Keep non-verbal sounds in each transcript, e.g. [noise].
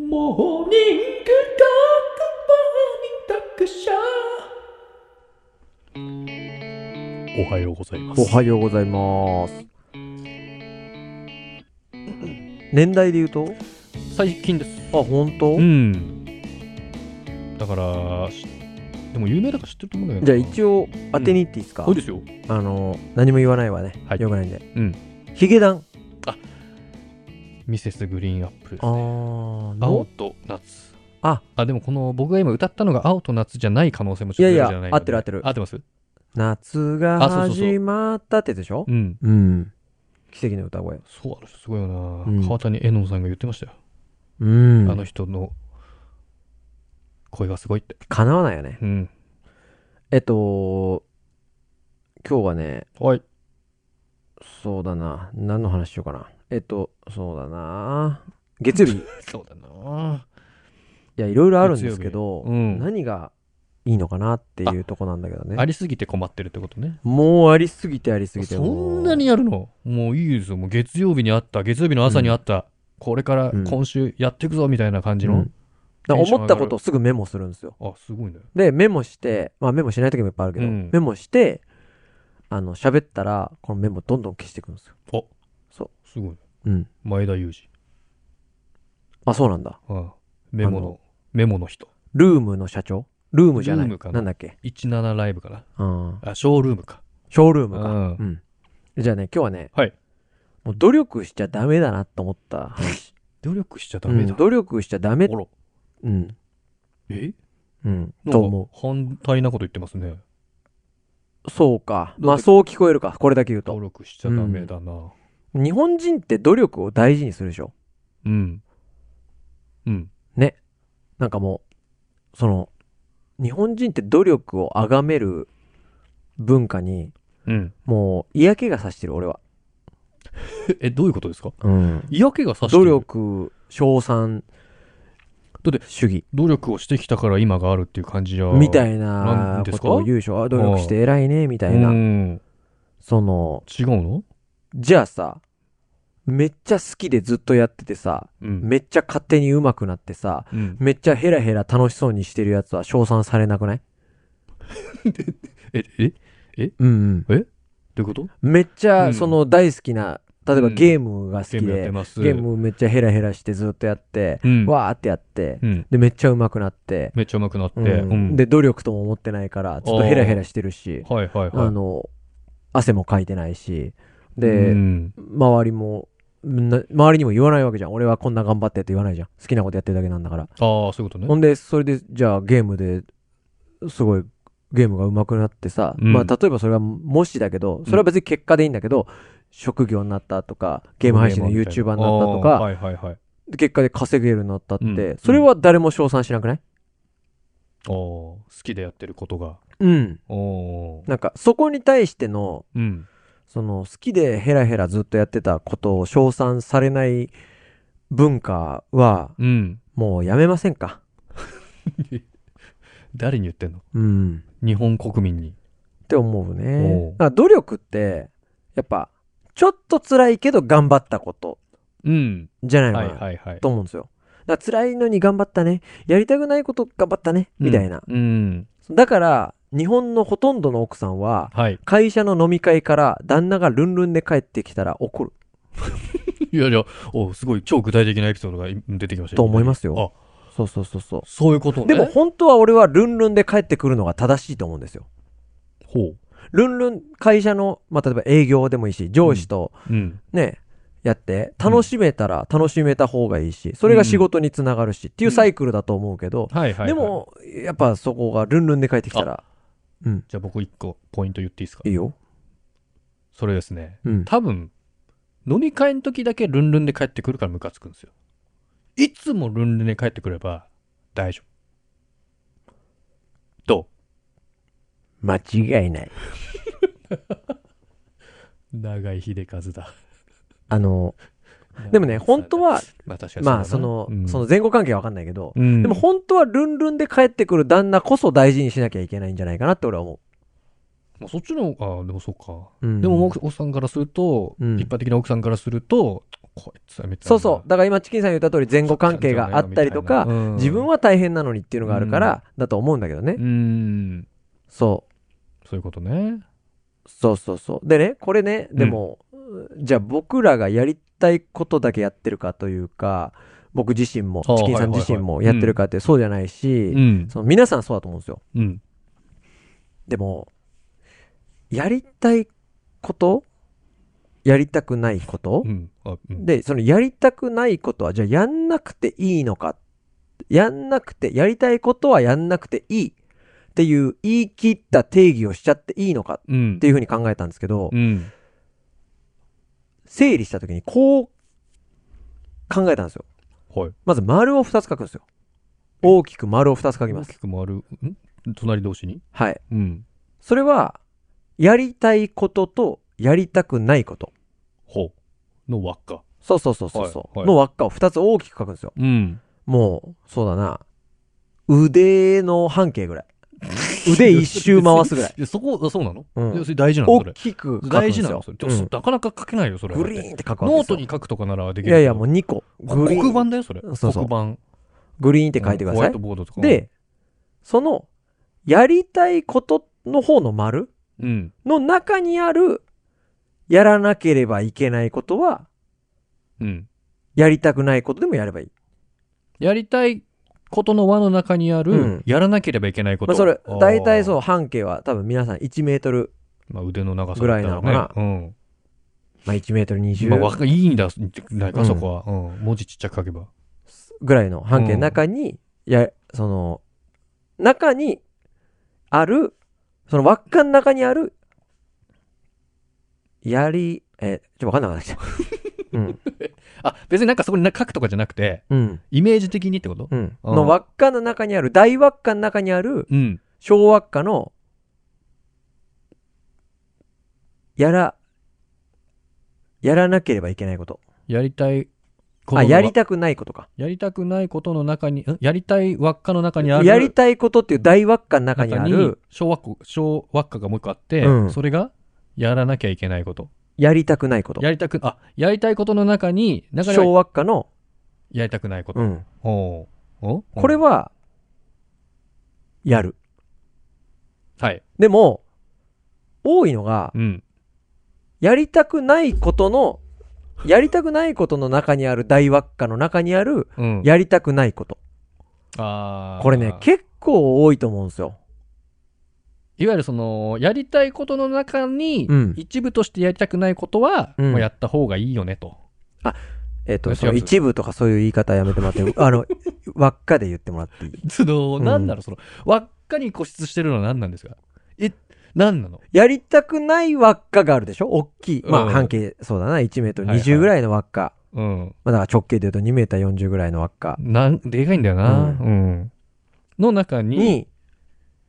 モーニングドッグモーニングドッグショおはようございます。おはようございます。年代で言うと最近です。あ、本当うん。だから、しでも有名だから知ってると思うんだけど。じゃあ一応当てに行っていいですか、そうですよ。あの、何も言わないわね。はいよくないんで。うん。ヒゲダン。ミセスグリーンアップルですあね。ー青の。と夏。ああ、でもこの僕が今歌ったのが青と夏じゃない可能性もちょっといやいやゼロじゃない合ってる合ってる合ってます夏があそうそうそう始まったってやつでしょうん。うん。奇跡の歌声。そうあの人すごいよな。うん川谷絵音さんが言ってましたよ。うん。あの人の声がすごいって。叶わないよね。うん。えっと、今日はね、はい。そうだな。何の話しようかな。えっと、そうだな。月曜 [laughs] 日。いそうだな。や、いろいろあるんですけど、月曜日うん何がいいのかなっていうとこなんだけどねあ。りすぎて困ってるってことね。もうありすぎてありすぎて。そもうんなにやるのもういいですよ。もう月曜日にあった、月曜日の朝にあった、これからうん今週やっていくぞみたいな感じうのん。だから思ったことをすぐメモするんですよ。あ、すごいね。で、メモして、まあメモしない時もいっぱいあるけど、うんメモして、あの、喋ったら、このメモどんどん消していくんですよ。お。そうすごいね。うん。前田裕あ、そうなんだ。二。ああメモあのの、メモの人。ルームの社長ルームじゃない。ルームかななんだっけ17ライブかな。うん。あ、ショールームか。ショールームうか。んうん。じゃあね、今日はね、はい。もう努力しちゃダメだなと思った話。努力しちゃダメうだん。努力しちゃダメあ。ら。うん。えうん。なとん思か反対なこと言ってますね。う。そうか。てまあそう聞こえるか。これだけ言う努と。力しちゃダメだな。日本人って努力を大事にするでしょ。うん。うん。なんかもう、その、日本人って努力を崇める文化に、うん。もう嫌気がさしてる、俺は。え、どういうことですかうん。嫌気がさして努る。力、称賛、だって主義、努力をしてきたから今があるっていう感じじゃ。みたみいなんなですかことを言うでしょ。あ努力して偉いね、みたいな。違その、うのじゃあさ、めっちゃ好きでずっとやっててさ、うん。めっちゃ勝手に上手くなってさ、うんめっちゃヘラヘラ楽しそうにしてるやつは称賛されなくないえ、え、どうんういうことうん。めっちうゃ、んその大好きな、例えばうんゲームが好ゲーきムやってで、ます。ゲームめっちゃヘラヘラしてずっとやって、うん。わーってやって、うん。で、めっちゃ上手くなって、めっちゃ上手くなって。ううんん。で、努力とも思ってないから、ちょっとヘラヘラしてるし、はいはいあはの、汗もかいてないし、い。うで、ん周りも、な周りにも言わないわけじゃん。俺はこんな頑張ってって言わないじゃん。好きなことやってるだけなんだから。ああ、そういうことねほ。んで、それで、じゃあゲームで、すごい、ゲームが上手くなってさ、うんまあ、例えばそれはもしだけど、それは別に結果でいいんだけど、職業になったとか、ゲーム配信の YouTuber になったとあーか、はいはいはい。結果で稼げるようになったって、うんそれは誰も称賛しなくなあいあ、好きでやってることが。うん。おーなんか、そこに対しての、うん。その、好きでヘラヘラずっとやってたことを称賛されない文化は、うん。もうやめませんか。誰に言ってんのうん。日本国民に。って思うおうね。だから努力って、やっぱ、ちょっと辛いけど頑張ったことうん。じゃないのはかいな、はいはい。と思うんですよ。だから辛いのに頑張ったね。やりたくないこと頑張ったね。みたいな。うん。だから、日本のほとんどの奥さんは、はい。会社の飲み会から旦那がルンルンで帰ってきたら怒る。いやいや、おすごい超具体的なエピソードが今出てきましたと思いますよあ、そうそうそうそう。そういうことね。でも、本当は俺はルンルンで帰ってくるのが正しいと思うんですよ。ほルンルン会社の、まあ、例えば営業でもいいし、上司とう。うん。ね、やって、楽しめたら楽しめた方がいいし、それが仕事につながるしっていうサイクルだと思うけど、はいはいはい。で、も、やっぱそこがルンルンで帰ってきたら、うん、じゃあ僕一個ポイント言っていいですかいいよ。それですね。うん。多分、飲み会の時だけルンルンで帰ってくるからムカつくんですよ。いつもルンルンで帰ってくれば大丈夫。ど間違いない。う長井秀和だ。あの、でもね、本当、は、まあ確かにうだなまあ、そのう、んその前後関係はわかんないけど、うん、でも本当はルンルンで帰ってくる旦那こそ大事にしなきゃいけないんじゃないかなって俺は思まあそっちの、ああ、でもそうか。う。うんでも、奥さんからすると、うん一般的な奥さんからすると、こいつはめっちゃそうそう。だから今チキンさん言った通り前後関係があったりとか、自分はは大変なのにっていうのがあるから、だと思うんだけどね。うんそそういうことねう。そうそうそう。でね、これね、でも、じゃあ僕らがやりたいことだけやってるかというか、僕自身も、ああチキンさん自身はもいはいはやいってるかってそうじゃないし、うんその皆さんそうだと思うんですよ。うんでも、やりたいこと、やりたくないこと、うんあうんで、そのやりたくないことは、じゃあやんなくていいのか。やんなくて、やりたいことはやんなくていい。っていう言い切った定義をしちゃっていいのかうんっていうふうに考えたんですけど、うん整理した時にこう考えたんですよ。はいまず丸を2つ書くんですよ。大きく丸を2つ書きま大す。きく回るん隣同士にはい。うんそれは、やりたいこととやりたくないこと。ほうの輪っかそうそうそうそうそう。はいはいの輪っかを2つ大きく書くんですよ。うんもう、そうだな。腕の半径ぐらい。腕一周回すぐらい。いやそこあそうなのうんいやそれ大 [laughs] 事なのそ大れきく書くんですよ。大事なのそれでもうんそなかなか書けないよそれグリーンって書くノわけでーすよ。トに書くとかならできいるやいや、もうう2個。グリーン。黒板だよそれそうそう黒板っグリーンって書いてくだホワさイいト。ボードとかもで、その、やりたいことの方の丸うんの中にある、やらなければいけないことは、うんやりたくないことでもやればいい。やりたいことの輪の中にある、うんやらなければいけないこと。まあそれ、大体う。そう、半径は多分皆さん1メートル、まあ、腕の長さぐらいなのかなだったらねまあ1メートルうん。 20。まあ、わかいいんだ、ないか、うんそこは、うん。文字ちっちゃく書けば。ぐらいの半径の中に、や、その、中にある、その輪っかの中にある、やり、え、ちょっとわかんなくなってきた。 [laughs] うん、あ、別になんかそこに書くとかじゃなくて、うん、イメージ的にってことうん。うんの輪っかの中にある、大輪っかの中にある、うん。小輪っかの、やら、やらなければいけないこと。やりたいことのあ、輪やりたくないことか。やりたくないことの中に、んやりたい輪っかの中にある。やりたいことっていう大輪っかの中にあ中にる、小輪っか、小輪っかがもう一個あって、うんそれが、やらなきゃいけないこと。やりたくないこと。やりたく、あ、やりたいことの中に、中に小は輪っかの、やりたくないこと。うん。おうおこれは、は、やる。はい。でも、多いのが、うん。やりたくないことの、やりたくないことの中にある大輪っかの中にある、うん。やりたくないこと。あーこれね、結構多いと思うんですよ。いわゆるその、やりたいことの中に、うん一部としてやりたくないことは、うんもうやった方がいいよねと。えっと、違うその一部とかそういう言い [laughs] 方やめてもらって、あの、輪っかで言ってもらっていい。その、うんなんだろう、その、輪っかに固執してるのは何なんですかえ、何なのやりたくない輪っかがあるでしょ大きい。まうんあ、半径、そうだな、1メートルはいはい20ぐらいの輪っか。うん。まあ、だから直径で言うと2メーター40ぐらいの輪っか。なん、でかいんだよな。ううん。の中に、に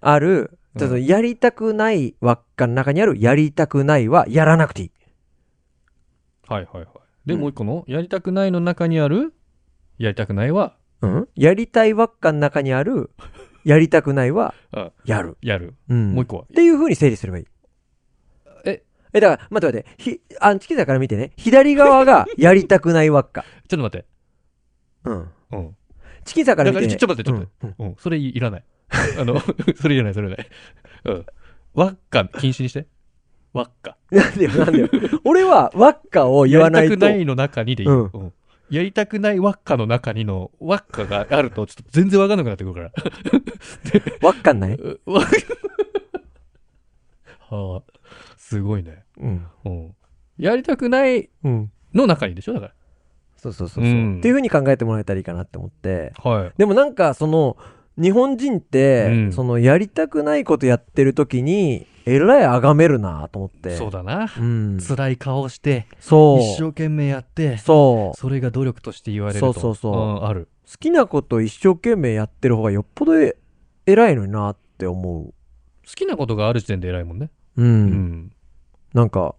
ある、うんちょっとやりたくない輪っかの中にある、やりたくないはやらなくていい。はいはいはい。で、うんもう一個の、やりたくないの中にある、やりたくないは、うんやりたい輪っかの中にある、やりたくないはあやる。やる。うん。もう一っ個は。ていう風に整理すればいい。え、え、だから、待って待って、ひ、あ、チキさんから見てね、左側がやりたくない輪っか。ちょっと待って。うん。 [laughs] うん。チキさんから見て、ね。だからちょちょっと待ってうんうんうん。それいらない。 [laughs] あの、それいらない、それいらない。うん。輪っか禁止にして。輪っか。なんでよ、なんでよ。俺は輪っかを言わないやと。りたくないの中にでいい。ううんんやりたくない輪っかの中にの輪っかがあると、ちょっと全然わかんなくなってくるから。輪っかんないう輪っか [laughs] はあ、すごいね。うん。うん。やりたくないうん。の中にでしょだかそうそうそうそう。うんっていう風に考えてもらえたらいいかなって思って。ら。はい。でもなんかその日本人って、うんそのやりたくないことやってる時にえらいあがめるなと思ってそうだだな。うんそう辛い顔をして、一生そ懸命やって、う好それが努力として言われると。そうそうそうんある。きなこと一生懸命やってる方がよっぽどえ偉いのになって思好きなことがある時点で偉いもんね。ううん、うん。なんか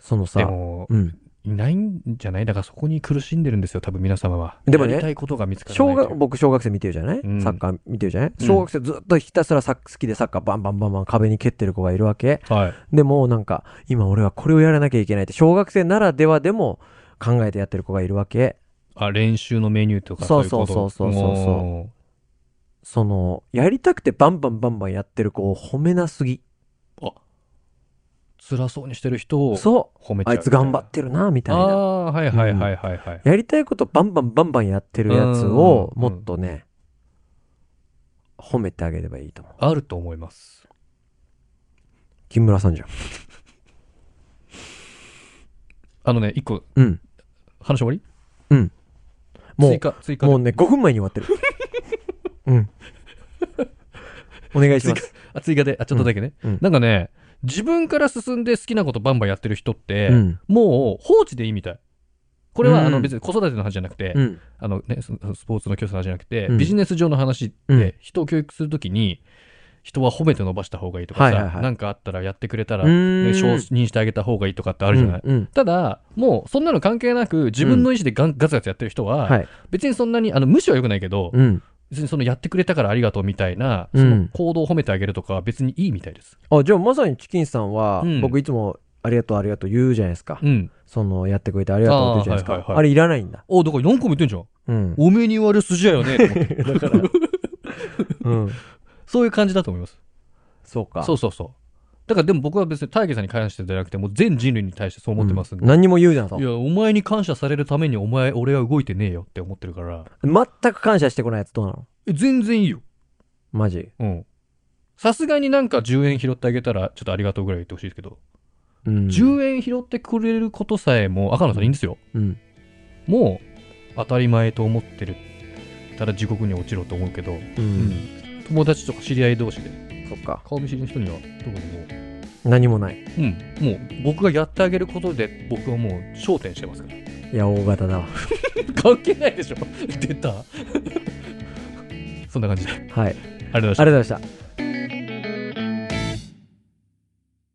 そのでさも、うん、いないんじゃないだからそこに苦しんでるんですよ、多分皆様は。でもねやりたいことが見つからな小いという。学僕小学生見てるじゃない、うんサッカー見てるじゃない、うん小学生ずっとひたすらサッ好きでサッカーバンバンバンバン壁に蹴ってる子がいるわけはい。でもなんか今俺はこれをやらなきゃいけないって小学生ならではでも考えてやってる子がいるわけ。あ、練習のメニューとかそういことそうそうそうそうそうおーその、やりたくてバンバンバンバンやってる子を褒めなすぎ。辛そうにしてる人をそ褒めう。ちゃうあいつ頑張ってるるな、みたいあな。あー、はいはいはいはいはい。やりたいことバンバンバンバンやってるやつを、うんうんもっとね、褒めてあげればいいと思う。あると思います。木村さんじゃん。あのね、一個、うん。話終わりも追う、加、追加で。もうね、5分前に終わっ [laughs] てる。うん。お願いします。あ、追加で、あ、ちょっとだけね。うんうんなんかね、自分から進んで好きなことバンバンやってる人って、うん。もう放置でいいみたい。これは、うんあの別に子育ての話じゃなくて、うん。あのね、そスポーツの教室の話じゃなくて、うんビジネス上の話って、うん人を教育するときに、人は褒めて伸ばした方がいいとかさ、はいはいはいなんかあったらやってくれたら、うね、ーん承認してあげた方がいいとかってあるじゃない。うん。うんただ、もうそんなの関係なく、自分の意思でガンガツガツやってる人は、はい。別にそんなにあの無視は良くないけど、うん。別にそのやってくれたからありがとうみたいな、うんその行動を褒めてあげるとかは別にいいみたいです。あ、じゃあまさにチキンさんは、うん僕いつもありがとうありがとう言うじゃないですか。うん。その、やってくれてありがとうって言うじゃないですあーはいか。はいはいあれいらないんだ。おだから4個も言ってんじゃん。うん。おめえに言われる筋合いはねえと思って [laughs] [laughs] だから、うん。そういう感じだと思います。そうか。そうそうそう。だからでも僕は別に大義さんに関してじゃなくて、もう全人類に対してそう思ってますんで。うん何にも言うじゃん、そいうや、お前に感謝されるためにお前、俺は動いてねえよって思ってるから、全く感謝してこないやつどうなのえ全然いいよ。マジ。うん。さすがになんか10円拾ってあげたら、ちょっとありがとうぐらい言ってほしいですけど、うん。 10円拾ってくれることさえも、赤野さんいいんですよ。うん。もう当たり前と思ってるたら地獄に落ちろと思うけど、う。うんん友達とか知り合い同士でそっか。顔見知りの人には特にもう、何もない。うん、もう僕がやってあげることで僕はもう焦点してますからいや、大型だわ。関係 [laughs] ないでしょ出たそんな感じでありはい。ありがとうございましたがとうございました。